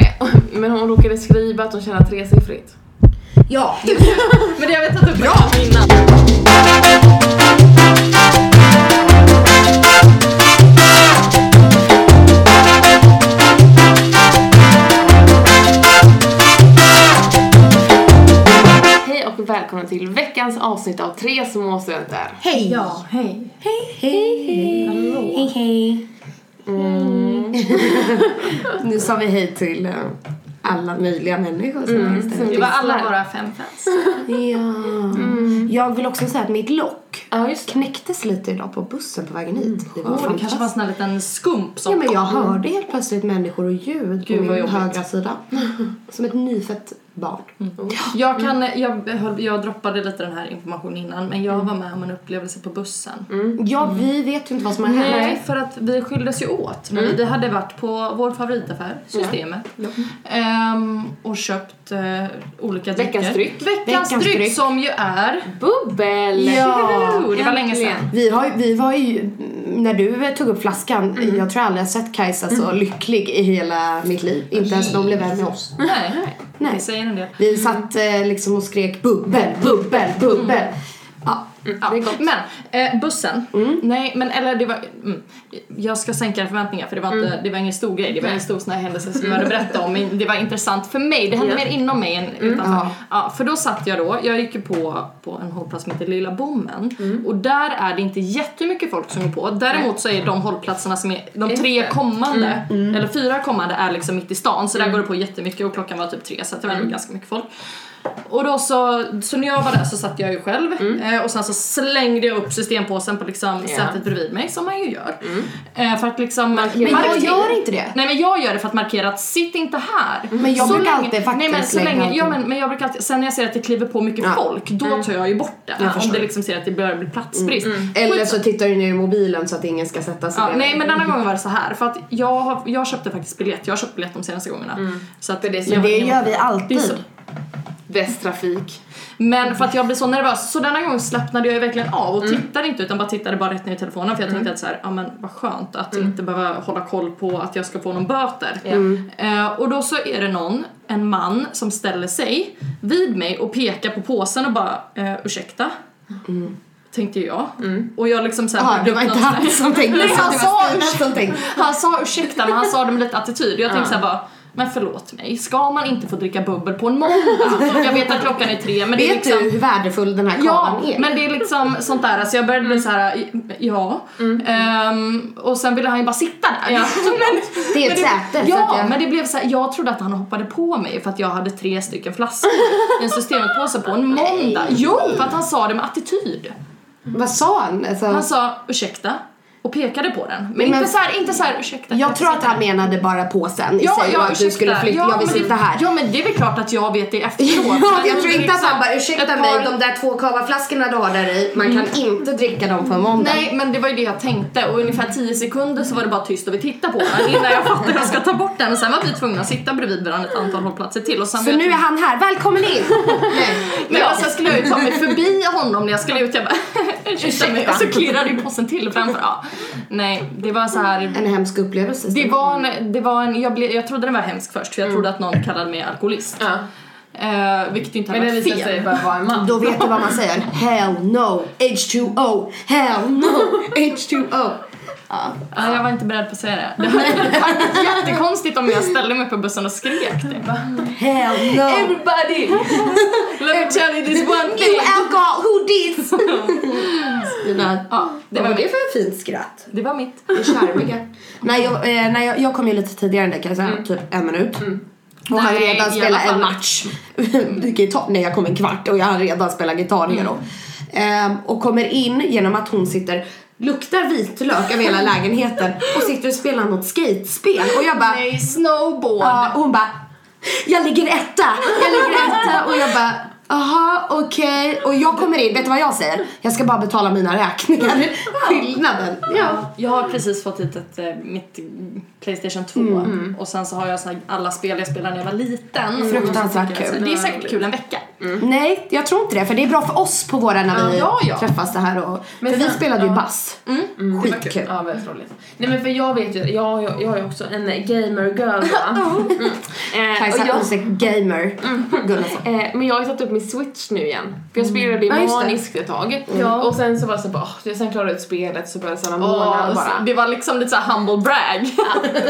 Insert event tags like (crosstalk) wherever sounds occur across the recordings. Eh, Men hon råkade skriva att hon tjänar tresiffrigt. Ja, Men det har vi tagit upp Bra! innan. Hej och välkomna till veckans avsnitt av Tre små studenter. hej! Ja, hej. Hej, hej! Hej, hej! Mm. (laughs) nu sa vi hej till eh, alla möjliga människor som Mm. finns där. Det var alla våra fem fans. Ja. Mm. Jag vill också säga att mitt lock Ja, just det. knäcktes lite idag på bussen på vägen hit. Det var Oh, det kanske var en sån här liten skump som Ja, men jag hörde helt plötsligt människor och ljud Gud, på vad min jobbigt. högra (laughs) sida. Som ett nyfött barn. Jag, kan, jag, höll- jag droppade lite den här informationen innan men jag var med om en upplevelse på bussen. Ja, vi vet ju inte vad som har hänt. Nej, för att vi skildes ju åt. Men Vi hade varit på vår favoritaffär, Systemet, ehm, och köpt eh, olika drycker. Veckans dryck. Veckans, Veckans dryck, dryck. som ju är... Bubbel! Ja, det var länge äntligen. sedan. Vi, har, ju- vi var ju, mm, när du eh, tog upp flaskan, Mm. jag tror aldrig jag sett Kajsa så lycklig i hela mitt liv. Inte ens när hon blev vän med oss. Nej, Nej. det säger en del. Vi satt eh, liksom och skrek bubbel, bubbel, bubbel. Mm. Ja. Ja, Men eh, bussen, nej men eller det var, mm, jag ska sänka era förväntningar för det var, inte, det var ingen stor grej, det var ingen stor sån här händelse som jag hade berättat om, men det var intressant för mig, det hände Ja. mer inom mig än utanför. Ja. Mm. Ja. för då satt jag då, jag gick ju på, på en hållplats som heter Lilla Bommen och där är det inte jättemycket folk som är på, däremot så är de hållplatserna som är, de tre kommande, eller fyra kommande är liksom mitt i stan så där går det på jättemycket och klockan var typ tre så att det var nog ganska mycket folk. Och då så, så när jag var där så satt jag ju själv Mm. eh, och sen så slängde jag upp systempåsen på liksom Ja. sätet bredvid mig som man ju gör. Eh, för att liksom... Markera. Men Mm. jag markera- gör inte det. Nej men jag gör det för att markera att sitt inte här. Men jag så brukar länge, alltid faktiskt nej, men så slänga länge, ja, allting. men, men jag brukar alltid, Sen när jag ser att det kliver på mycket Ja. Mm. folk, då tar jag ju bort det. om det liksom ser att det börjar bli platsbrist. Eller så tittar du ner i mobilen så att ingen ska sätta sig Mm. Ja, bredvid. nej men denna gången var det så här för att jag, har, jag köpte faktiskt biljett, jag har köpt biljett de senaste gångerna. Så att det är så- Men jag- Mm. det jag- gör vi Det är alltid. så. Bäst trafik. Men för att jag blir så nervös, så denna gång slappnade jag ju verkligen av och Mm. tittade inte utan bara tittade bara rätt ner i telefonen för jag tänkte att så här, ja men vad skönt att Mm. inte behöva hålla koll på att jag ska få någon böter. Ja. Mm. Eh, och då så är det någon, en man, som ställer sig vid mig och pekar på påsen och bara eh, ursäkta? Tänkte jag. Och jag liksom såhär... Ja, Mm. det var inte han som tänkte Nej, alltså, så, han det sa var Stina som tänkte. Han sa ursäkta men han sa det med lite attityd jag tänkte såhär bara men förlåt mig, ska man inte få dricka bubbel på en måndag? Jag vet att klockan är tre men det är Vet liksom... du hur värdefull den här Ja, kavan är? men det är liksom sånt där, alltså jag började bli Mm. så här, ja. Ehm, och sen ville han ju bara sitta där. (laughs) men, Det är ett men säte, så Ja, att jag- men det blev så här, jag trodde att han hoppade på mig för att jag hade tre stycken flaskor i en systemetpåse på en måndag. Jo, för att han sa det med attityd. Vad sa han? Alltså, Han sa ursäkta och pekade på den. Men, Men- inte så här, inte så här ursäkta. jag kan tror jag få att han menade bara påsen i sig och att du ursäkta. skulle flytta, jag vill men det- sitta här. Ja men det är väl klart att jag vet det efteråt. (laughs) Ja, Men jag tror inte att liksom han bara ursäkta ett par- mig, de där två kavaflaskorna du har där i, man kan inte dricka dem på måndag. Nej men det var ju det jag tänkte och i ungefär 10 sekunder så var det bara tyst och vi tittade på den innan jag fattade att jag ska ta bort den och sen var vi tvungna att sitta bredvid varandra ett antal hållplatser till och sen Så var jag nu är han här, välkommen (laughs) in! Nej. Men ja. sen skulle jag ju ta mig förbi honom när jag skulle ut, jag bara (laughs) ursäkta mig och så klirrade ju påsen till framför. Ja. Nej, det var så här En hemsk upplevelse. Det var en, det var en jag, blev, jag trodde den var hemsk först för jag trodde att någon kallade mig alkoholist. Ja. Eh, vilket ju inte hade Men det varit visade fel. sig bara vara en man. Då vet du vad man säger. Hell no, H2O, hell no, H2O. Ja, jag var inte beredd på att säga det. Det hade varit jättekonstigt om jag ställde mig på bussen och skrek det. Hell no. Everybody! Let me tell you this one You thing! alcohol, who (laughs) dis? Stina, Ja, det var, mitt. för fint skratt? det var mitt. Det charmiga. Nej, jag, eh, nej, jag, jag kom ju lite tidigare än dig Kajsa, typ en minut. Och hade Mm. Nej, redan i spelat alla en (laughs) fall. match. Gitar, nej, jag kom en kvart och jag hade redan spelat gitarr hero. Mm. Ehm, och kommer in genom att hon sitter Luktar vitlök över (laughs) hela lägenheten och sitter och spelar något skatespel och jag bara (laughs) Nej, snowboard! Ja, och hon bara Jag ligger etta, jag ligger etta och jag bara Jaha, okej. Och jag kommer in, vet du vad jag säger? Jag ska bara betala mina Mm. räkningar. (laughs) Skillnaden. Ja. Jag har precis fått hit ett, eh, mitt Playstation 2 Mm. och sen så har jag så här alla spel jag spelade när jag var liten. Fruktansvärt Och så tycker jag så här, kul. Det är Mm. säkert kul en vecka. Nej, jag tror inte det. För det är bra för oss på våra när vi Ja, ja. träffas det här. Och, Men för vi sen- spelade ju ja. bass. Mm, det var Skitkul. kul. Ja, väldigt roligt. Nej men för jag vet ju, jag, jag, jag har ju också en gamer girl (laughs) va? Mm. Eh, och Kajsa jag- Olsek gamer. Gullesson. Eh, men jag har ju tagit upp min switch nu igen. För jag spelade Mm. det Ja, just det. maniskt ett tag. Ja. Och sen så var det så bara, åh, jag sen klarade jag ut spelet så började jag såna Åh, månader bara. det var liksom lite såhär humble brag.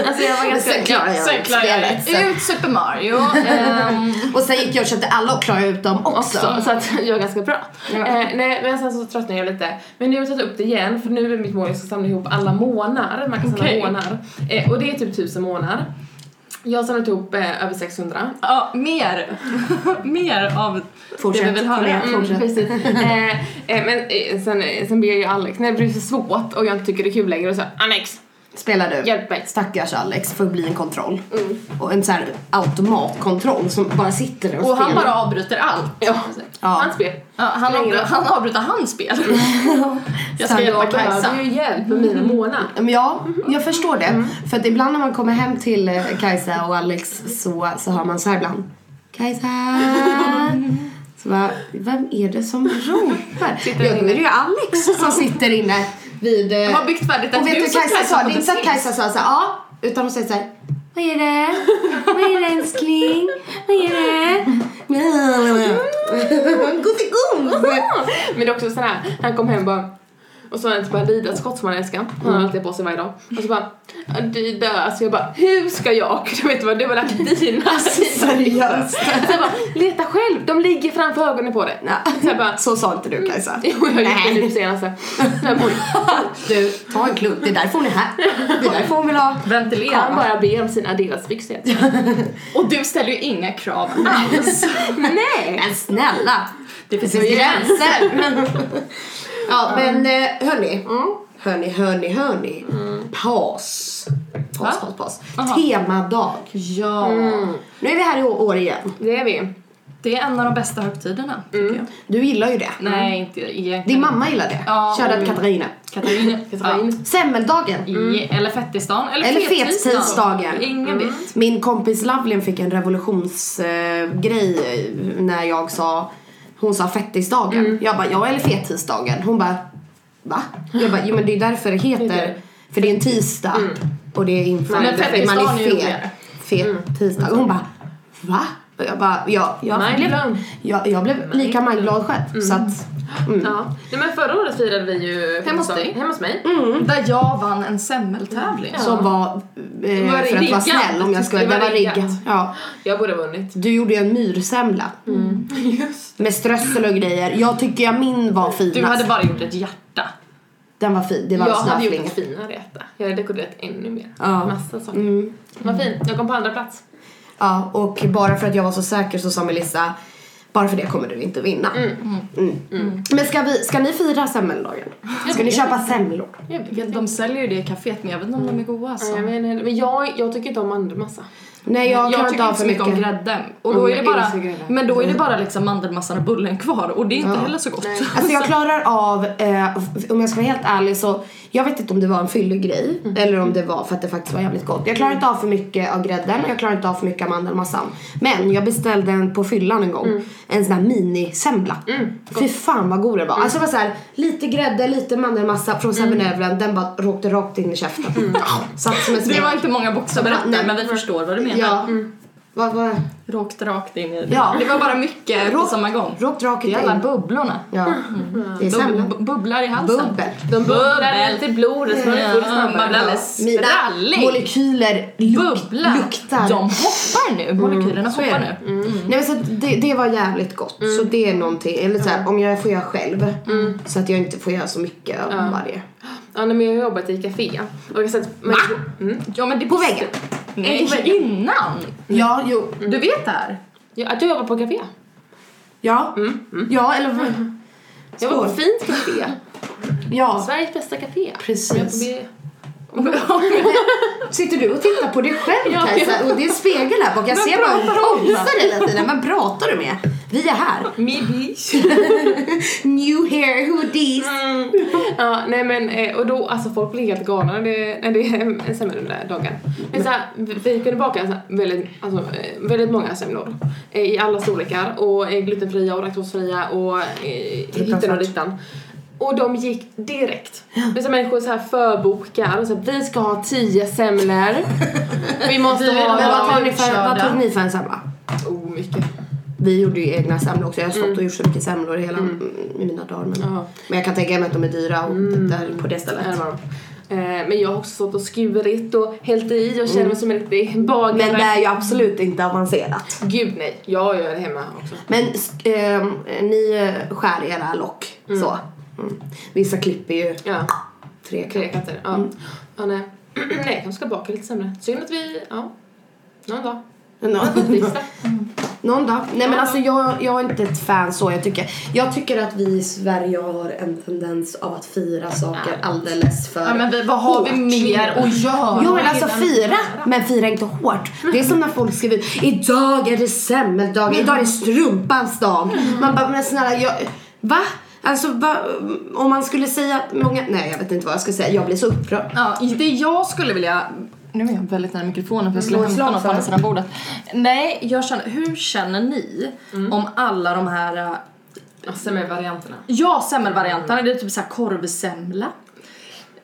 Alltså jag var ganska... Sen klarade jag Sen ut klarade jag spelet. sen. ut Super Mario. (laughs) ehm, Och sen gick jag och köpte alla och klarade ut dem också. Så, så att jag är ganska bra. Ja. Eh, nej, men sen så tröttnade jag lite. Men nu har jag tagit upp det igen för nu är mitt mål att jag ska samla ihop alla månader. Man kan samla Okej. månader. Eh, och det är typ tusen månader. Jag har samlat ihop eh, över 600. Ja, mer. (laughs) mer av det Fortsätt. vi vill höra. Mm. Fortsätt. precis. (laughs) eh, eh, men eh, sen, eh, sen ber jag ju Alex, när det blir för svårt och jag inte tycker det är kul längre, och så Alex, Spelar du? hjälp mig. Stackars Alex för att bli en kontroll. Mm. Och en så här automatkontroll som bara sitter där och, Och han spelar. bara avbryter allt. Ja. Ja. Hans spel. Ja, han, Längre. avbryter, han avbryter hans (laughs) spel. Jag Så ska hjälpa Jag behöver Kajsa. ju hjälp med mina månader. Men ja, Mhm. jag förstår det. Mm. För att ibland när man kommer hem till eh, Kajsa och Alex så, så hör man så här ibland. Kajsa! (laughs) Så bara, vem är det som ropar? Ja, Sitter då är inne. det ju Alex (laughs) som sitter inne vid... eh, Jag har byggt färdigt ett Och vet du hus vad som Kajsa Kajsa sa? Det är inte så att kommer Kajsa sa såhär, ja. Utan hon säger såhär, vad är det? Vad är det älskling? Vad är det? Mm. (laughs) (laughs) Gosegos! Men det är också sådär, han kom hem bara och så har han typ Adidas-skott som han älskar. Han har alltid på sig varje dag. Och så bara Adidas. Jag bara, hur ska jag (laughs) kunna veta vad du har lagt (laughs) dina Seriöst? Så jag bara, leta själv. De ligger framför ögonen på dig. Så jag bara, (laughs) Så sa inte du Kajsa. jo jag gick det nu Nej, senaste. Så jag bara, du ta en klunk. Det är därför hon är här. Det är därför hon vill ha. han Ventilera. bara ber om sina Adidas-byxor. Och du ställer ju inga krav (laughs) alls. Nej! Men snälla. Det finns Det ju är gränser. Mm. gränser. Ja men eh, hörni. Hörni, hörni, hörni. Paus. Paus, paus, paus. Aha. Mm. Temadag. Ja. Nu är vi här i Å- år igen. Det är vi. Det är en av de bästa högtiderna, tycker jag. Du gillar ju det. Nej, inte egentligen. Din mamma gillar det. Ja, Mm. Shoutout oj. Katarina. Katarina. Katarina. Semmeldagen. Ja. I- Eller fettisdagen. Eller, Eller fettisdagen. fettisdagen. Ingen vet. Min kompis Lavlin fick en revolutionsgrej eh, när jag sa hon sa fettisdagen. Jag bara, ja eller fettisdagen. Hon bara, va? Jag bara, jo men det är ju därför det heter, för det är en tisdag och det är inför. Men man fettisdagen är ju fet. roligare. Fet tisdag. Och hon bara, va? Och jag bara, ja, jag, Mind blev, blown. jag, jag blev lika mindblad själv. Så att, Ja. Nej men förra året firade vi ju... Hemma hos dig. Hemma hos Mm. mig. Där jag vann en semmeltävling. Ja. som var, eh, var för att vara riggat. snäll om jag ska Det var det var riggat. riggat. Ja. Jag borde ha vunnit. Du gjorde ju en myrsemla. Just Med strössel och grejer. Jag tycker jag min var finast. Du hade bara gjort ett hjärta. Den var fin. Det var jag en hade gjort snöflinga. ett finare äta. Jag hade dekorerat ännu mer. Ja. Massa saker. Mm. Vad fin. Jag kom på andra plats. Ja, och bara för att jag var så säker så sa Melissa bara för det kommer du inte vinna. Mm. Men ska, vi, ska ni fira semmeldagen? Ska ni köpa semlor? Jag vet inte. De säljer ju det i kaféet men jag vet inte om de är goda alltså. Nej, jag vet inte. Men jag, jag tycker inte om mandelmassa. Nej jag jag klarar tycker inte av inte för så mycket mycket. om grädde. Och då Mm, är det jag bara, älskar grädde. men då är det bara liksom mandelmassan och bullen kvar och det är inte heller så gott. Nej. Alltså jag klarar av, eh, f- om jag ska vara helt ärlig så, jag vet inte om det var en fyllig grej Mm. eller om det var för att det faktiskt var jävligt gott. Jag klarar inte av för mycket av grädden och jag klarar inte av för mycket av mandelmassan. Men jag beställde en på fyllan en gång, Mm. en sån här minisemla. Fy fan vad god den var. Alltså det var så här, lite grädde, lite mandelmassa från Mm. 7-Eleven, den bara åkte rakt in i käften. Ah, Satt som en Det smäck. var inte många bokstäver rätt Nej. där men vi förstår vad du menar. Ja. Vad var Rakt rakt in i Ja. det. var bara mycket på Rakt- samma gång. Rakt rakt Det in. är alla bubblorna. Ja. Mm. Det är semla. De bu- bubblar i halsen. Bubbel. De bubblar Bubbel. lite i blodet Mm. så man är Mm. Ja, full snabbare. man blir alldeles Mina sprallig. molekyler luk- Bubblar. luktar. Mm, De hoppar nu. Molekylerna hoppar nu. Nej, men så att det, det var jävligt gott. Så det är någonting, eller så här, om jag får göra själv. Så att jag inte får göra så mycket av varje. Ja, nej, men jag har jobbat i café. Och jag har sett... Men, mm. Ja men det På Mm. väggen. Nej, På väggen. innan. Ja, jo. Du vet det här? Ja, att jag jobbar på café. Ja. Ja, eller vad? Jag var på Skål. ett fint café. Ja, Sveriges bästa café. precis. Vi- Sitter du och tittar på dig själv Ja, Kajsa? Och det är en spegel här bak. Jag Men ser bara hur pratar du posar hela tiden. Vem pratar du med? Vi är här. Maybe. New hair hoodies. ja, nej men eh, och då, alltså folk blir helt galna när det, när det är semlor den där dagen. Men så här, vi- vi kunde baka så här, väldigt, alltså, eh, väldigt många semlor. eh, I alla storlekar och eh, glutenfria och laktosfria och eh, hittan och dittan. Och de gick direkt. Det är så här människor så här förbokar och så här, vi ska ha tio semlor. Vi måste Vi vill ha Men vad Ja, tog ni för, vad utkörda. tog ni för en semla? Oh, mycket. Vi gjorde ju egna semlor också. Jag har stått och gjort så mycket semlor i hela i mina dagar. Men, Ja. men jag kan tänka mig att de är dyra och där på det Ja, stället. det var de. Eh, Men jag har också stått och skurit och hällt i och känner mig som en riktig bagare. Men det är ju absolut inte avancerat. Gud nej, jag gör det hemma också. Men sk- ehm, ni eh, skär era lock så. Mm. Vissa klipper ju Ja, tre (laughs) tre katter. Ja. ja nej. (clears throat) nej, jag kanske ska baka lite sämre. Synd att vi, ja. Någon dag. Nå- Tisdag. Någon dag. Nej men Ja. alltså jag, jag är inte ett fan så. Jag tycker, jag tycker att vi i Sverige har en tendens av att fira saker alldeles för Ja, men vi, vad har vi hårt. mer att göra? Jo men alltså fira, men fira inte hårt. Det är som när folk skriver idag är det semmeldag, idag är det strumpans dag. Man bara, men snälla jag, va? Alltså va, om man skulle säga att många, nej jag vet inte vad jag ska säga, jag blir så upprörd. Ja, det jag skulle vilja... Nu är jag väldigt nära mikrofonen för jag skulle Mm, Slå ett hämta slag något på för andra det. sidan bordet. Nej, jag känner, hur känner ni Mm. om alla de här äh, Alltså med varianterna. ja, semmelvarianterna? Det är typ så här korvsemla.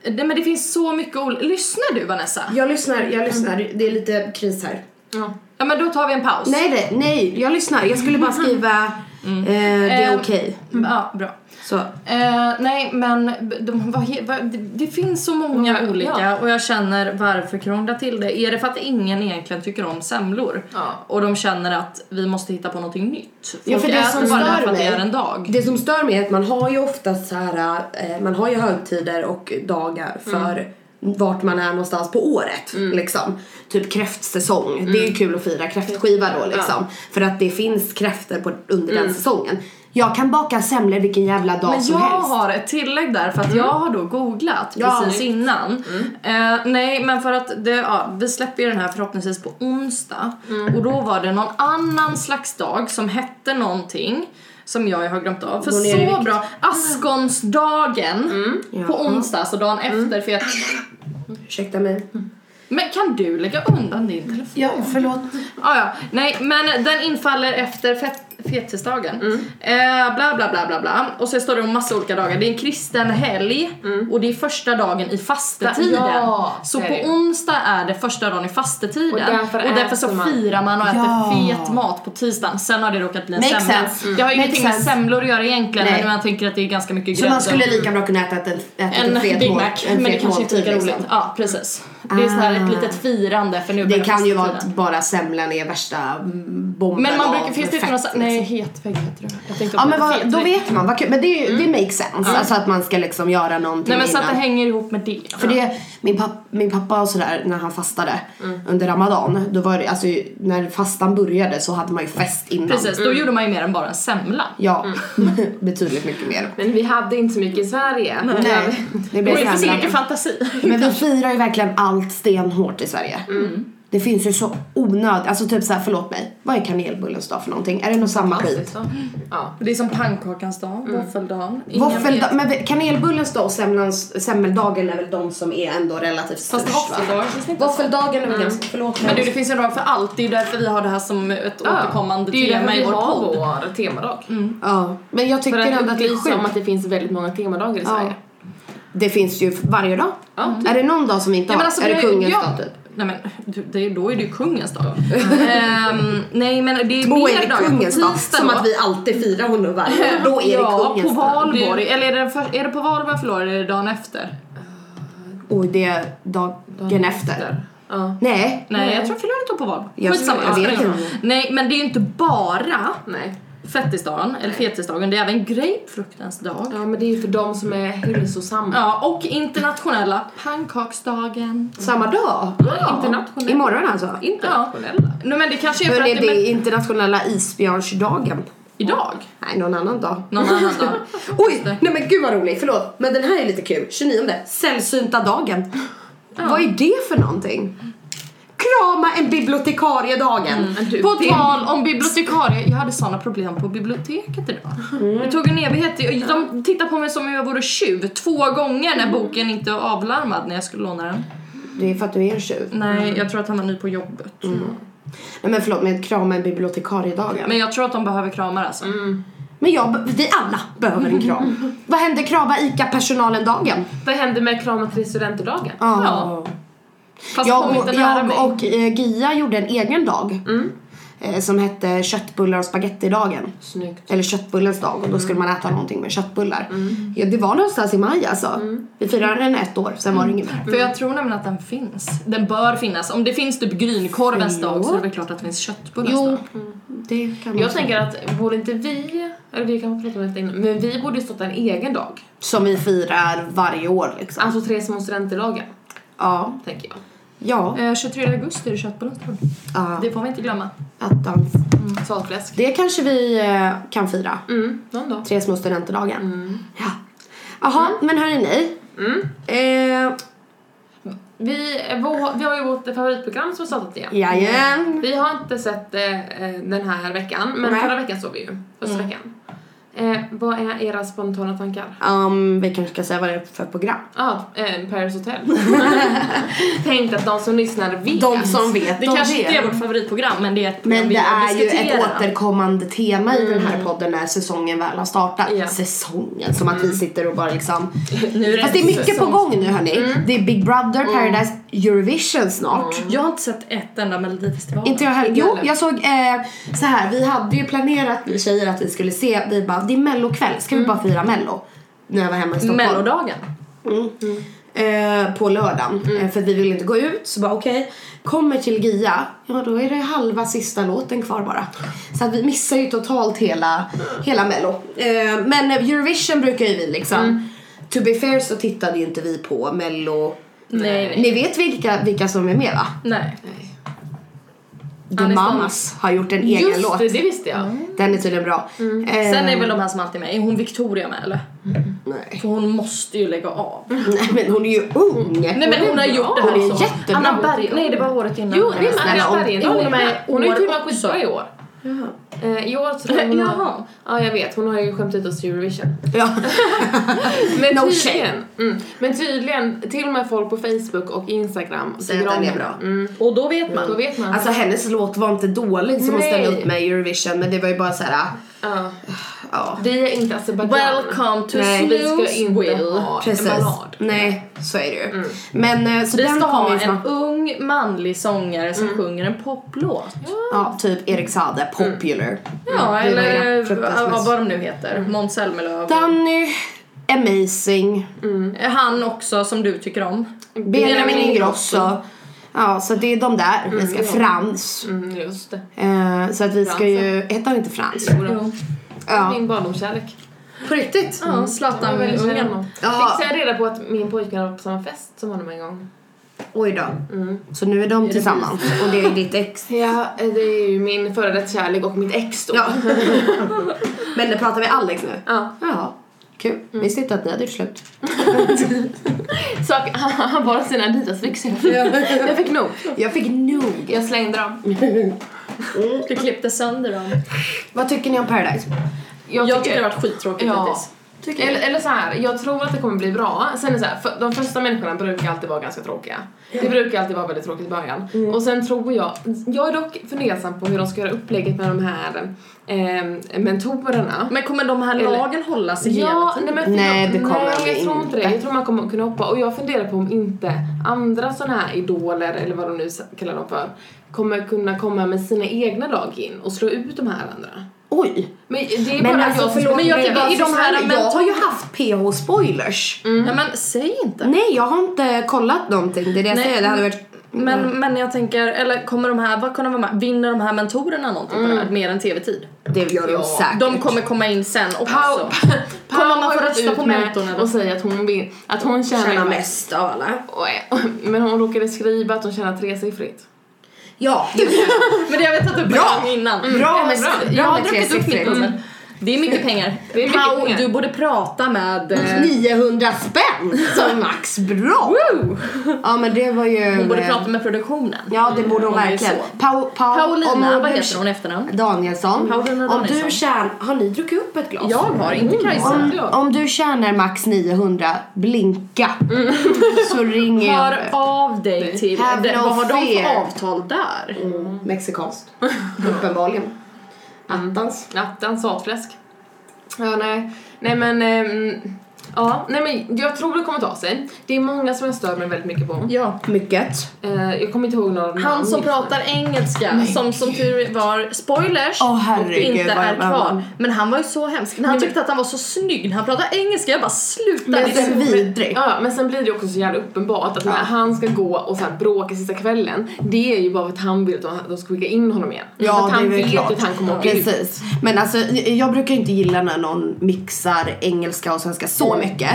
Det, men det finns så mycket olika. Lyssnar du Vanessa? Jag lyssnar, jag lyssnar, det är lite kris här. Ja. Ja men då tar vi en paus. Nej det, nej, jag lyssnar, jag skulle bara skriva eh, det är Ehm. okej. Mm, Ja, bra. Så. Eh, nej men de, vad, he- vad, det, det finns så många Ja, olika och jag känner varför krångla till det? Är det för att ingen egentligen tycker om semlor? Ja. Och de känner att vi måste hitta på någonting nytt? Ja, för Folk det äter som bara stör för att mig- det är en dag. Det som stör mig är att man har ju oftast så här, eh, man har ju högtider och dagar för vart man är någonstans på året liksom. Typ kräftsäsong, det är ju kul att fira kräftskiva då liksom. För att det finns kräftor på, under den säsongen. Jag kan baka semlor vilken jävla dag Men jag som helst. Mm. har ett tillägg där för att jag har då googlat Ja. Mm. precis innan. Eh, nej men för att det, ja, vi släpper ju den här förhoppningsvis på onsdag Mm. och då var det någon annan slags dag som hette någonting som jag har glömt av. För Gå ner i så vikt. bra! Askonsdagen på Mm. Ja. Mm. onsdag, alltså dagen efter. För jag, Ursäkta mig. men kan du lägga undan din telefon? Ja, förlåt. Ah, ja. Nej, men den infaller efter fet fettisdagen. Mm. Eh, bla, bla, bla, bla, bla. Och så står det om massa olika dagar. Det är en kristen helg Mm. och det är första dagen i fastetiden. Ja, så det är på det. onsdag är det första dagen i fastetiden. Och därför så äter man. firar man och äter Ja. fet mat på tisdagen. Sen har det råkat bli en Makes semla. sense. Mm. Det har ju Makes ingenting med sense. semlor att göra egentligen, Nej. men man tänker att det är ganska mycket Så grädde man och- skulle lika bra kunna äta ett, äta en ett fet Big mål- Mac, men det fet kanske inte är lika måltid, roligt. liksom. Ja, precis. Det är så här Ah. ett litet firande för nu liksom. Det börjar kan ju vara fastetiden. att bara semlan är värsta mm, bomben Men man av brukar, finns det inte fett, någon sån, liksom. nej hetvägg heter det. Jag tänkte Ja på men vad, fetvägg. då vet man, vad kul. men det, är ju- det makes sense. Alltså att man ska liksom göra någonting Mm. Nej men så att innan. det hänger ihop med det. För det, min, papp, min pappa och sådär när han fastade Mm. under ramadan, då var det, alltså när fastan började så hade man ju fest innan. Precis, Mm. då gjorde man ju mer än bara en semla. Ja, (laughs) betydligt mycket mer. Men vi hade inte så mycket i Sverige. Nej, det Det blev var ju för sin egen semlan. fantasi. Men vi firar ju verkligen allt stenhårt i Sverige. Det finns ju så onödigt, alltså typ såhär förlåt mig, vad är kanelbullens dag för någonting? Är det något samma skit? Så. Ja. Det är som pannkakans dag, våffeldagen. ingen Våffeldag, vet. men kanelbullens dag och semlans, semmeldagen är väl de som är ändå relativt Fast störst, va? våffeldagen finns det inte så. Våffeldagen är väl ganska, förlåt Men mig. du det finns ju en dag för allt, det är ju därför vi har det här som ett återkommande det är ju tema därför i vi vår har podd. vår temadag. Ja, men jag För tycker att ändå att det är upplysa om sjukt. att det finns väldigt många temadagar i Ja. Sverige. Det finns ju varje dag. Är det någon dag som vi inte Nej, har? typ. men alltså, är det jag- kungens jag- dag typ? Nej men du- det, är- då är det ju kungens (laughs) dag. Ehm, nej men det är Då mer är det dagar. På kungens dag. tisdag Som då- att vi alltid firar honom varje år. Då är ja, det på kungens dag. valborg. Eller är det, den för, är det på valborg förlorar eller är det dagen efter? Och det är dagen efter. Ja. Nej. Nej, jag tror förlorar inte på valborg. Jag- Skitsamma. jag vet spelar inte. ingen roll. Nej, men det är ju inte bara Nej. fettisdagen, eller fetisdagen, det är även grapefruktens dag. Ja men det är ju för de som är hälsosamma. Ja, och internationella pannkaksdagen. Samma dag? Ja. Internationella. Imorgon alltså? Internationella. Nej men det kanske är för Hur är att det det är internationella isbjörnsdagen? idag. Nej, någon annan dag. Någon annan (laughs) dag. Oj, nej men gud vad rolig, förlåt. Men den här är lite kul. 29. Sällsynta dagen. Vad är det för någonting? krama en bibliotekarie dagen. Du, På det- tal om bibliotekarier, jag hade såna problem på biblioteket idag. Mm. Det tog en evighet, till- de tittade på mig som om jag vore tjuv två gånger Mm. när boken inte var avlarmad när jag skulle låna den. Det är för att du är en tjuv. Nej, jag tror att han var ny på jobbet. Mm. Nej men förlåt, men krama en bibliotekarie dagen. Men jag tror att de behöver kramar alltså. Mm. Men jag, vi alla behöver en (laughs) kram. Vad hände krama ICA-personalen dagen? Vad hände med kramen till studentdagen? Ah. Ja. Fast Jag kom och, inte nära mig. Mm. jag och eh, Gia gjorde en egen dag eh, som hette köttbullar och spagettidagen. Snyggt. Eller köttbullens dag och då Mm. skulle man äta någonting med köttbullar. Ja, det var någonstans i maj alltså. Mm. Vi firade den ett år, sen var det inget mer. För jag tror nämligen att den finns. Den bör finnas. Om det finns typ grynkorvens dag så är det väl klart att det finns köttbullens Jo, dag. det kan man Jag säga. tänker att borde inte vi, eller vi kan prata om detta innan, men vi borde ju starta en egen dag. Som vi firar varje år liksom. Alltså tre små studentdagar, Ah. Ja, tänker jag. ja. Eh, 23 augusti är det köttbullens dag. ja. Det får vi inte glömma. Attans. Saltläsk. Det kanske vi eh, kan fira. Mm, någon dag. Tre små studentdagen. Mm. Ja. Jaha, men hörni. Mm. Eh, Vi, vår, vi har ju vårt favoritprogram som har startat igen. Mm. jajamän. Vi har inte sett eh, eh, den här veckan, men Nej. Mm. förra veckan såg vi ju. Första veckan. Eh, vad är era spontana tankar? Um, vi kanske ska säga vad det är för program. Ja, ah, eh, Paris Hotel. (laughs) Tänkte att de som lyssnar vet. De som vet, Det de kanske vet. inte är vårt favoritprogram men det är ett program Men vi det har är ju diskuterat. ett återkommande tema i den här podden när säsongen väl har startat. Ja. Säsongen, som att vi sitter och bara liksom... Nu är det Fast det är mycket på säsong. gång nu hörni. Det är Big Brother, Paradise, Eurovision snart. Jag har inte sett ett enda melodifestival. Inte jag heller. Jo, heller. jag såg eh, så här. Vi hade ju planerat vi tjejer att vi skulle se. Vi bara, det är mellokväll. Ska vi bara fira mello? När jag var hemma i Stockholm. Mellodagen. Mm. Eh, på lördagen. Mm. Eh, för vi ville inte gå ut. Så bara okej. Kommer till Gia. Ja då är det halva sista låten kvar bara. Så att vi missar ju totalt hela, hela mello. Eh, men Eurovision brukar ju vi liksom. Mm. To be fair så tittade ju inte vi på mello. Nej, nej. Ni vet vilka, vilka som är med va? Nej. Nej. The Alice Mamas har gjort en egen Just låt. Mm. det, det visste jag. Den är tydligen bra. Eh, Mm. Sen är väl de här som alltid är med, är hon Victoria med eller? nej. För hon måste ju lägga av. (laughs) nej men hon är ju ung. Nej men hon har gjort det här Hon är så. jättebra. Anna Berg, nej det var året innan. Jo, det är med snälla, Agnes om- Bergendahl. hon är med i Hon är ju år till och med också. skitbra i år. Eh, I år tror jag (laughs) hon har... Jaha. Ja, jag vet. Hon har ju skämt ut oss i Eurovision. Ja. (laughs) Men No tydligen, mm, men tydligen, till och med folk på Facebook och Instagram Säger att om den är henne. bra. Mm, Och då vet man. då vet man. Alltså hennes låt var inte dålig som hon Nej. ställde upp med i Eurovision men det var ju bara så här. ja. ja. Vi är inte Azerbajdzjan. Welcome to Nej, Vi ska inte Snoozewill. ha en Precis. ballad. Nej, så är det ju. Men eh, så Vi den ska kommer ha ju en snart. ung manlig sångare som sjunger en poplåt. Ja, typ Erik Saade, Popular. Ja, det var eller ju fruktansvärt. vad- vad de nu heter. Måns Zelmerlöw. Danny, Amazing, Han också som du tycker om. Benjamin Ingrosso. Ja, så det är de där vi ska, Frans. Mm, just det. Eh, så att vi ska ju, heter han inte Frans? Jo. Ja. Min barndomskärlek. På riktigt? Ja, Jag var Zlatan väldigt kär i Ungern. honom. Ja. Fick sen reda på att min pojkvän var på samma fest som honom en gång. Oj då. Så nu är de tillsammans och det är ditt ex. Ja, Eh, det är ju min före detta kärlek och mitt ex då. Ja. (laughs) Men nu pratar vi Alex nu. Ja. Ja. Kul. Visste inte att ni hade gjort slut. Så han, (laughs) han bar sina Adidas-byxor. Jag fick nog. (laughs) Jag fick nog. Jag slängde dem. Du klippte sönder dem. Vad tycker ni om Paradise? Jag tycker det har varit skittråkigt Ja. hittills. Tycker Eller, eller så här, jag tror att det kommer bli bra. Sen är det så här, för de första människorna brukar alltid vara ganska tråkiga. Det brukar alltid vara väldigt tråkigt i början. Mm. Och sen tror jag, jag är dock fundersam på hur de ska göra upplägget med de här eh, mentorerna. Men kommer de här Eller- lagen hålla sig hela Ja, tiden? nej men för Alltså, Nej, jag, det kommer nej, de jag tror inte det. inte. Jag tror man kommer kunna hoppa och jag funderar på om inte andra såna här idoler eller vad de nu kallar dem för kommer kunna komma med sina egna lag in och slå ut de här andra. Oj. Men det är Men bara alltså jag som förlåt men men jag jag, tycker i de här, men- jag har ju haft PH spoilers. Mm. Nej men säg inte. Nej jag har inte kollat någonting. Det är det jag Nej, säger. Det hade varit... Men, men jag tänker, eller kommer de här, vad kommer de här, vinner de här mentorerna någonting på det här mer än tv-tid? Det gör de Ja, säkert. De kommer komma in sen också. Pau, (laughs) Pau Alltså. Kommer man få har gått rösta ut på med mentorn eller? Och säga att hon, vill, att hon tjänar, tjäna mest av alla. Och- och- (laughs) Men hon råkade skriva att hon tjänar tresiffrigt. Ja. Men det jag vet att du Bra! pratade om innan. Bra med, bra. bra. Jag Jag har med druckit upp mitt tresiffrigt. bubbel. Det är Mm. mycket pengar. Det är mycket Pau, pengar. du borde prata med... eh, 900 spänn som max, bra! Ja men det var ju... Hon borde prata med produktionen. Ja det borde hon Om det är verkligen. så. Pau, Pau, om Paulina, hon- vad heter hon i efternamn? Danielsson. Paulina Om du Mm. Danielsson. tjänar... Har ni druckit upp ett glas? Jag har, inte Kajsa. Mm. Ja. Om du tjänar max 900, blinka. Mm. Så ringer jag. Hör av dig till... Have det- no Vad har de fear. för avtal där? Mm. (laughs) Mexikanskt. Uppenbarligen. Attans. Attans satfläsk. Ja, nej. Nej men, ehm, ja, nej men jag tror det kommer ta sig. Det är många som jag stör mig väldigt mycket på. Ja. Mycket. Eh, jag kommer inte ihåg någon namn. Han som pratar engelska, som som tur var, spoilers, Åh, herregud, och inte vad jag är kvar. brann. Men han var ju så hemsk. När han tyckte att han var så snygg när han pratade engelska, jag bara sluta. Men det är sen så- vidrig. Ja, men sen blir det också så jävla uppenbart att när Ja. han ska gå och så här bråka sista kvällen, det är ju bara för att han vill att de ska skicka in honom igen. för att han väl vet ju att han kommer åka ut. Precis. Men alltså, jag brukar inte gilla när någon mixar engelska och svenska så Mm. mycket.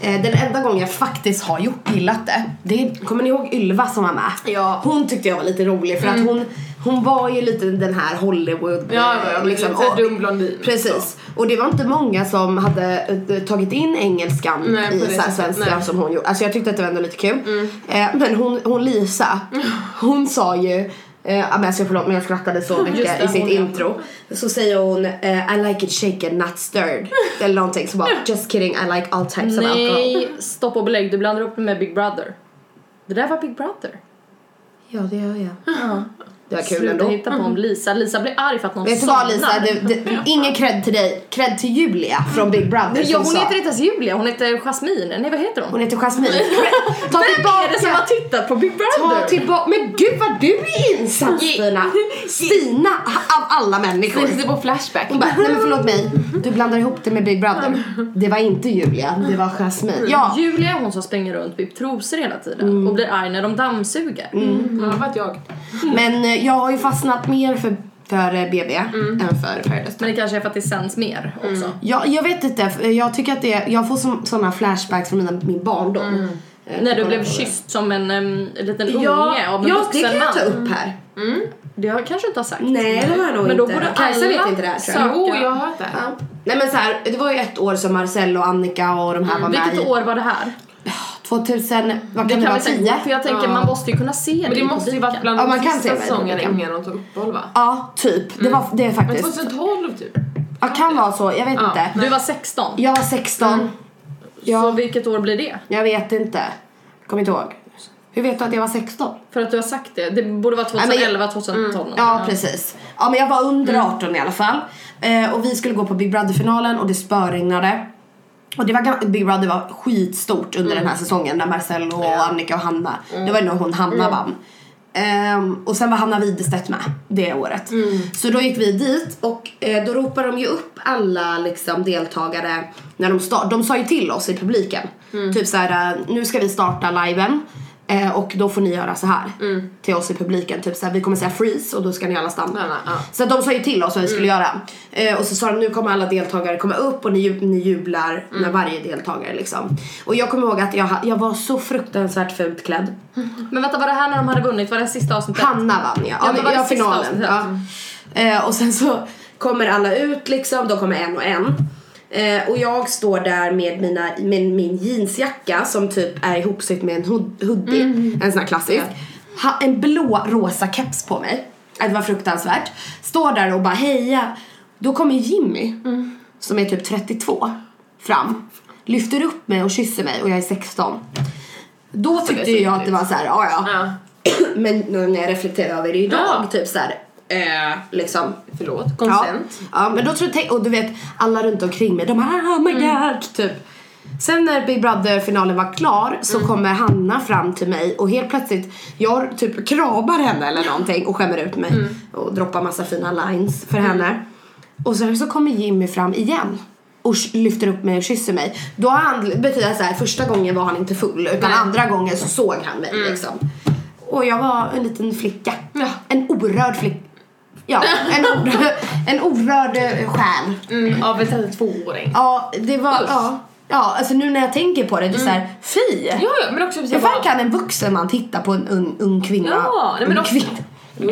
Eh, Den enda gången jag faktiskt har gjort gillat det, det är, kommer ni ihåg Ylva som var med? Ja. Hon tyckte jag var lite rolig för att hon, hon var ju lite den här Hollywood... Mm. Ja, Eh, ja, ja, liksom, lite och- dum blondin. Precis. Och det var inte många som hade eh, tagit in engelskan Nej, på i det så här sättet, svenskan nej. som hon gjorde. Alltså jag tyckte att det var ändå lite kul. Eh, men hon, hon Lisa, hon sa ju Eh, ja, men alltså förlåt men jag skrattade så mycket det, i sitt hon, ja. intro. Så säger hon eh, I like it shaken not stirred. Eller någonting så bara just kidding I like all types of alcohol. Nej, stopp och belägg, du blandar upp det med Big Brother. Det där var Big Brother. Ja det gör jag. Det var kul Sluta ändå. Mm. hitta på om Lisa. Lisa blir arg för att någon Vet du vad Lisa, du, du, ingen cred till dig. Cred till Julia från Big Brother Ja, som hon sa. heter inte ens Julia, hon heter Jasmine. Nej, vad heter hon? Hon heter Jasmine. Ta tillbaka. Vem är det som har tittat på Big Ta Brother? tillbaka. Men gud vad du är insatt Stina. Stina av alla människor. Precis, på Flashback. Hon bara, nej men förlåt mig. Du blandar ihop det med Big Brother. Det var inte Julia, det var Jasmine. Ja. Mm. Julia är hon som springer runt vid trosor hela tiden och blir arg när de dammsuger. Ja, det var jag. Men eh, jag har ju fastnat mer för, för eh, BB Mm. än för Paradise Men det kanske är för att det sänds mer också. jag, jag vet inte, för jag tycker att det är, jag får som, såna flashbacks från mina, min barndom. Eh, Mm. När du blev kolla på det. kysst som en em, liten unge Ja, av en ja det vuxen kan man. jag ta upp här. Det har jag kanske inte har sagt. Nej det har jag nog Men då inte. borde Kajsa alla vet inte det här tror jag. sök- Jo, jag har hört det. Ja. Nej men så här, det var ju ett år som Marcel och Annika och de här var med Mm. Vilket i. år var det här? 2000, vad Det kan det kan vara, vi tänka 10? på, för jag tänker Ja. man måste ju kunna se Men det i måste ju publiken. varit bland Ja, de man kan sista säga det, säsongerna Rebecca. innan de tog uppehåll va? Ja, typ. Mm. Det, var, det är Men faktiskt. 2012 typ? Ja, kan vara så, jag vet Ja. inte. Du var 16. Jag var 16, Så Ja. vilket år blir det? jag vet inte. Kommer inte ihåg. Hur vet du att jag var 16? För att du har sagt det. Det borde vara men jag- Mm, 2011, 2012. Ja, precis. Ja, men jag var under 18 i alla fall. Eh, och vi skulle gå på Big Brother-finalen och det spöregnade. Och det var, gan- Big Brother var skitstort under Mm. den här säsongen när Marcel och Annika och Hanna, det var ju nog hon Hanna Mm. vann. Ehm, och sen var Hanna Widerstedt med det året. Mm. Så då gick vi dit och eh, då ropade de ju upp alla liksom, deltagare. När de, sta- de sa ju till oss i publiken. Mm. Typ såhär, eh, nu ska vi starta liven. Eh, och då får ni göra så här till oss i publiken. Typ såhär, vi kommer säga freeze och då ska ni alla stanna. Stanna, Mm. ja. Så de sa ju till oss vad vi skulle göra. Eh, och så sa de nu kommer alla deltagare komma upp och ni, ju- ni jublar när varje deltagare liksom. Och jag kommer ihåg att jag, ha- jag var så fruktansvärt fult klädd. Men vänta, var det här när de hade vunnit? Var det här sista avsnittet? Hanna vann Alltså, ja. men var det ja sista finalen. avsnittet? Ja. Eh, och sen så kommer alla ut liksom, de kommer en och en. Eh, och jag står där med mina, min, min jeansjacka som typ är ihopsytt med en hood- hoodie, en sån här klassisk. Ha, en blå rosa keps på mig. Eh, Det var fruktansvärt. Står där och bara heja. Då kommer Jimmy, som är typ 32, fram. Lyfter upp mig och kysser mig och jag är 16. Då tyckte det är så jag att det gulligt. var så här, ja ja. Ja. Men nu när jag reflekterar över det idag, Ja. typ såhär, eh, liksom. Förlåt, Ja. konsent. ja, men då tror jag, och du vet, alla runt omkring mig, de bara oh my Mm. god, typ. Sen när Big Brother-finalen var klar så Mm. kommer Hanna fram till mig och helt plötsligt, jag typ kramar henne eller någonting och skämmer ut mig Mm. och droppar massa fina lines för henne. Och sen så kommer Jimmy fram igen och sh- lyfter upp mig och kysser mig. Då har han, betyder det så här, första gången var han inte full utan andra gången så såg han mig liksom. Och jag var en liten flicka. Mm. Ja. En orörd flicka. Ja, en, or- (laughs) en orörd eh, själ. Mm, av en 32-åring. Ja, det var, ja. Ja, alltså nu när jag tänker på det, det är såhär, fy! Ja, ja, men också Hur precis fan kan en vuxen man titta på en ung, ung kvinna? Ja, nej men ung också, kvinna.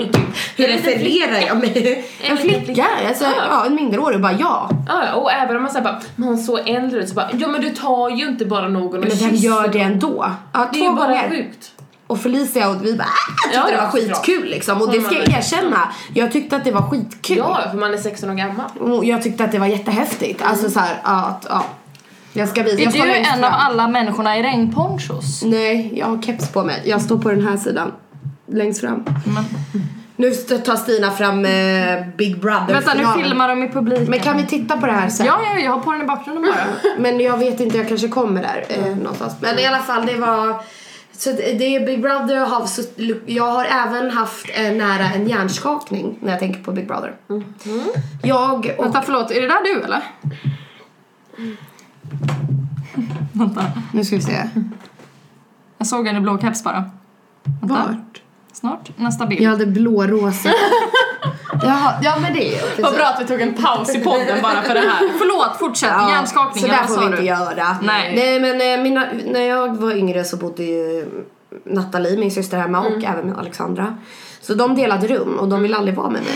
Hur En liten refererar jag mig? En flicka? Alltså, ja, en minderårig bara ja. Ja, ja, och även om man säger bara, men hon såg äldre ut så bara, ja men du tar ju inte bara någon och Men vem kysser. gör det ändå? Ja, Det är två ju bara gånger. sjukt. Och Felicia och vi bara "Ah, jag tyckte Ja, det var ja, skitkul liksom. Och det Sådana ska jag människor. erkänna. Jag tyckte att det var skitkul. Ja, för man är 16 år gammal. Och jag tyckte att det var jättehäftigt. Alltså såhär, ja, att, ja. Jag ska visa. Är jag tar du längst en fram. av alla människorna i regnponchos? Nej, jag har keps på mig. Jag står på den här sidan. Längst fram. Nu st- tar Stina fram eh, Big Brother Vänta, nu filmar de i publiken. Men kan vi titta på det här sen? Ja, ja, jag har på den i bakgrunden (laughs) bara. Men jag vet inte, jag kanske kommer där eh, någonstans. Men i alla fall, det var... Så det det är Big Brother jag har, så, jag har även haft eh, nära en hjärnskakning när jag tänker på Big Brother. Mm-hmm. Jag och... Vänta, förlåt. Är det där du eller? Mm. Vänta. Nu ska vi se. Jag såg en i blå keps bara. Vänta. Vart? Snart. Nästa bild. Jag hade blårosa. Jaha, (laughs) ja men det är ju... Vad bra att vi tog en paus i podden bara för det (laughs) här. Förlåt, fortsätt. Ja, Hjärnskakningar, Så där vad får sa vi du? inte göra. Nej. men eh, mina, när jag var yngre så bodde ju Nathalie, min syster hemma och Mm. även med Alexandra. Så de delade rum och de ville aldrig vara med mig.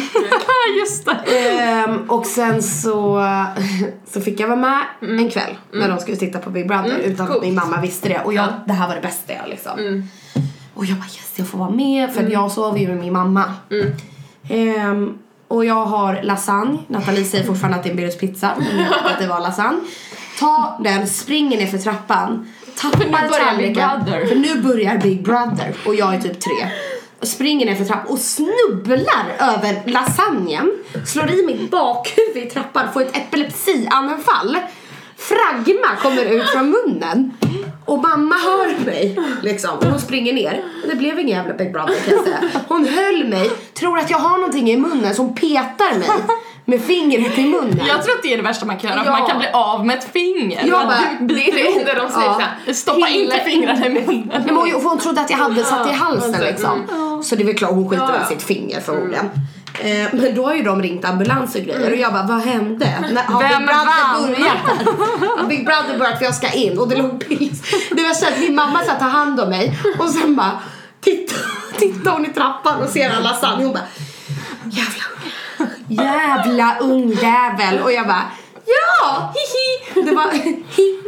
Just det. Ehm, och sen så, (laughs) så fick jag vara med en kväll när de skulle titta på Big Brother utan att coolt. min mamma visste det. Och jag, det här var det bästa jag liksom. Och jag bara yes jag får vara med för att jag sover ju med min mamma. Ehm, och jag har lasagne. Nathalie säger fortfarande att det är en Birros pizza. men jag vet att det var lasagne. Ta den, springer ner för trappan. Tappar börjar Big tallriken. Brother. För nu börjar Big Brother och jag är typ tre. Och springer ner för trappan och snubblar över lasagnen. Slår i mitt bakhuvud i trappan, får ett epilepsianfall. Fragma kommer ut från munnen. Och mamma hör mig liksom. Och hon springer ner. Det blev ingen jävla Big Brother kan jag säga. Hon höll mig, tror att jag har någonting i munnen som petar mig med fingret i munnen. Jag tror att det är det värsta man kan göra, för Ja. man kan bli av med ett finger. Jag Att bara- du blir- Det är inte de säger Ja. såhär, Stoppa inte Pilla fingrarna i munnen. Nej, men hon, för hon trodde att jag hade satt i halsen alltså, liksom. Så det är väl klart hon skiter Ja, ja. i sitt finger förmodligen. Eh, men då har ju de ringt ambulans och grejer och jag bara vad hände? När, har Vem Big Brother vann? börjat? Har Big Brother börjat för jag ska in och det låg piss. Det var så att min mamma satt ta hand om mig och sen bara titta, titta hon i trappan och ser alla lasagne hon bara jävla unge. Jävla ungjävel och jag bara Ja! Hihi! Det var hi,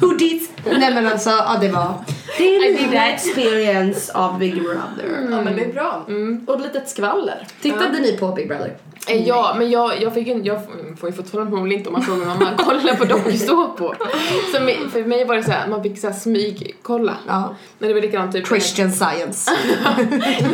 who did? Nej men alltså, ja det var Det är mina experience av Big Brother Ja, men det är bra. Mm. Och ett litet skvaller. Tittade ni på Big Brother? Eh, Ja, men jag, jag, fick ju, jag får ju fortfarande mål inte om man frågar mamma, kolla på dokusåpor. Så mi- för mig var det såhär, man fick såhär smygkolla. Ja Men det var likadant typ Christian Science (laughs)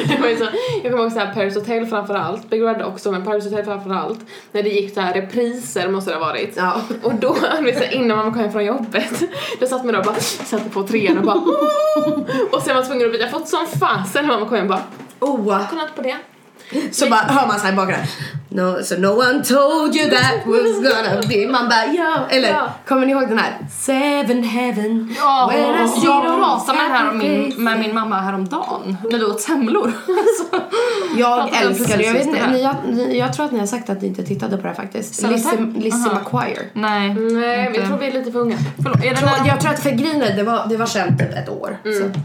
Det var ju så, jag kommer ihåg såhär Paris Hotel framförallt, Big Brother också men Paris Hotel framförallt. När det gick såhär repriser måste det ha varit. Ja Och då, (laughs) du vet, så här, innan man kom hem från jobbet, då satt man där och bara satte på trean och bara "Åh!" Och sen var man tvungen att byta fot som fasen när man kom hem bara Oh, kolla inte på det. så bara hör man såhär i bakgrunden No, so no one told you that was gonna be Man bara ja, eller Ja. kommer ni ihåg den här? Seven heaven Ja, when I see jag those pratade med, det här om happy min, med min mamma häromdagen när vi åt (laughs) semlor. Så- Jag Pratade om älskar det. Jag, vet, precis inte- det här. ni, har- ni, jag tror att ni har sagt att ni inte tittade på det här faktiskt. Seven Lizzie, Time? Lizzie Aha. McGuire. Nej, Mm, Nej, inte. jag tror vi är lite för unga. Förlåt, är det Och när... eh, Jag tror att för grejen är, det var, det var känt typ ett år. Mm. Så.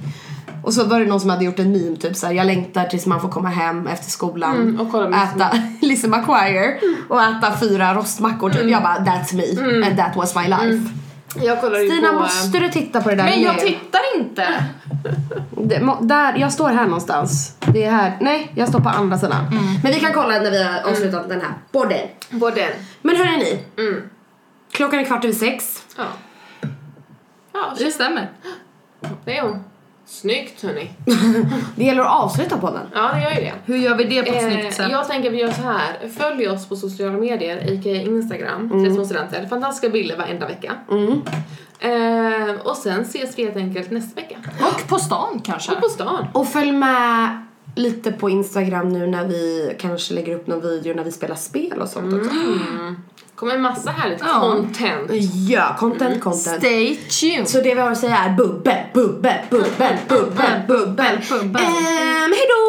Och så var det någon som hade gjort en meme typ såhär, jag längtar tills man får komma hem efter skolan Mm, och kolla på Lizzie äta (laughs) Lizzie McGuire och äta fyra rostmackor Mm. typ. Jag bara that's me and that was my life. Jag kollar ju Stina på... måste du titta på det där eh, Men jag nu? tittar inte! Det, må- där, jag står här någonstans. eh, Det är här, nej jag står på andra sidan. Mm. Men vi kan kolla när vi har avslutat den här podden. Mm. På den. Men hörrni ni, Mm. Klockan är kvart över sex. Ja. Ja, Det stämmer. det är hon. Snyggt hörni. Det gäller att avsluta podden. Ja, det gör ju det. Hur gör vi det på ett snyggt Eh, sätt? jag tänker vi gör så här. Följ oss på sociala medier, a.k.a. Instagram, mm. studenter. Fantastiska bilder varenda vecka. Mm. Eh, och sen ses vi helt enkelt nästa vecka. Och på stan kanske? Och på stan. Och följ med lite på Instagram nu när vi kanske lägger upp någon video när vi spelar spel och sånt också. kommer en massa härligt Ja. content. Ja, content, content. Stay tuned! Så det vi har att säga är bubbel, bubbel, bubbel, bubbel, bubbel, bubbel. Bubbel. Ehm, hejdå!